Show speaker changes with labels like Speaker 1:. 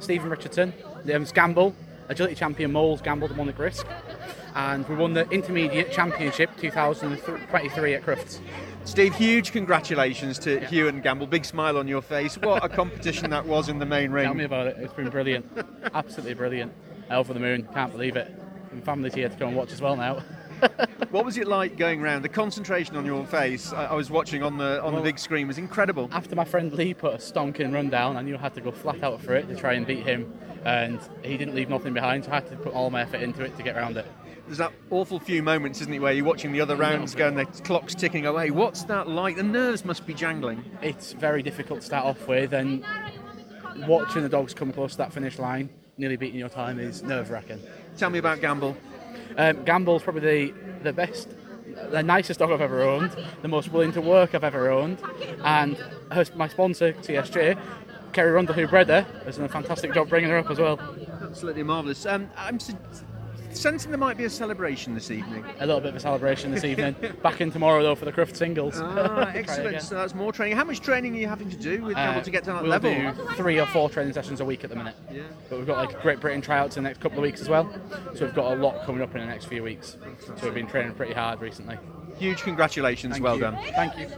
Speaker 1: Stephen Richardson, the um, Scamble, agility champion Moles, Gamble, demonic risk. And we won the intermediate championship 2023 at Crufts.
Speaker 2: Steve, huge congratulations to Hugh and Gamble. Big smile on your face. What a competition that was in the main ring.
Speaker 1: Tell me about it. It's been brilliant. Absolutely brilliant. Over the moon. Can't believe it. And family's here to go and watch as well now.
Speaker 2: What was it like going round? The concentration on your face, I, I was watching on the on the big screen, was incredible.
Speaker 1: After my friend Lee put a stonking run down, I knew I had to go flat out for it to try and beat him. And he didn't leave nothing behind, so I had to put all my effort into it to get around it.
Speaker 2: There's that awful few moments, isn't it, where you're watching the other rounds go and the clock's ticking away. What's that like? The nerves must be jangling.
Speaker 1: It's very difficult to start off with, and watching the dogs come close to that finish line, nearly beating your time, is nerve wracking.
Speaker 2: Tell me about Gamble.
Speaker 1: Um, Gamble's probably the, the best, the nicest dog I've ever owned, the most willing to work I've ever owned, and her, my sponsor, TSJ, Kerry Rundle, who bred her, has done a fantastic job bringing her up as well.
Speaker 2: Absolutely marvellous. Um, I'm s- sensing there might be a celebration this evening.
Speaker 1: A little bit of a celebration this evening. Back in tomorrow, though, for the Cruft singles.
Speaker 2: Ah,
Speaker 1: Try
Speaker 2: excellent.
Speaker 1: again.
Speaker 2: So that's more training. How much training are you having to do with
Speaker 1: Uh,
Speaker 2: Gamble to get to that
Speaker 1: we'll
Speaker 2: level?
Speaker 1: do three or four training sessions a week at the minute.
Speaker 2: Yeah.
Speaker 1: But we've got like Great Britain tryouts in the next couple of weeks as well. So we've got a lot coming up in the next few weeks. So we've been training pretty hard recently.
Speaker 2: Huge congratulations. well
Speaker 1: you.
Speaker 2: done.
Speaker 1: Thank you.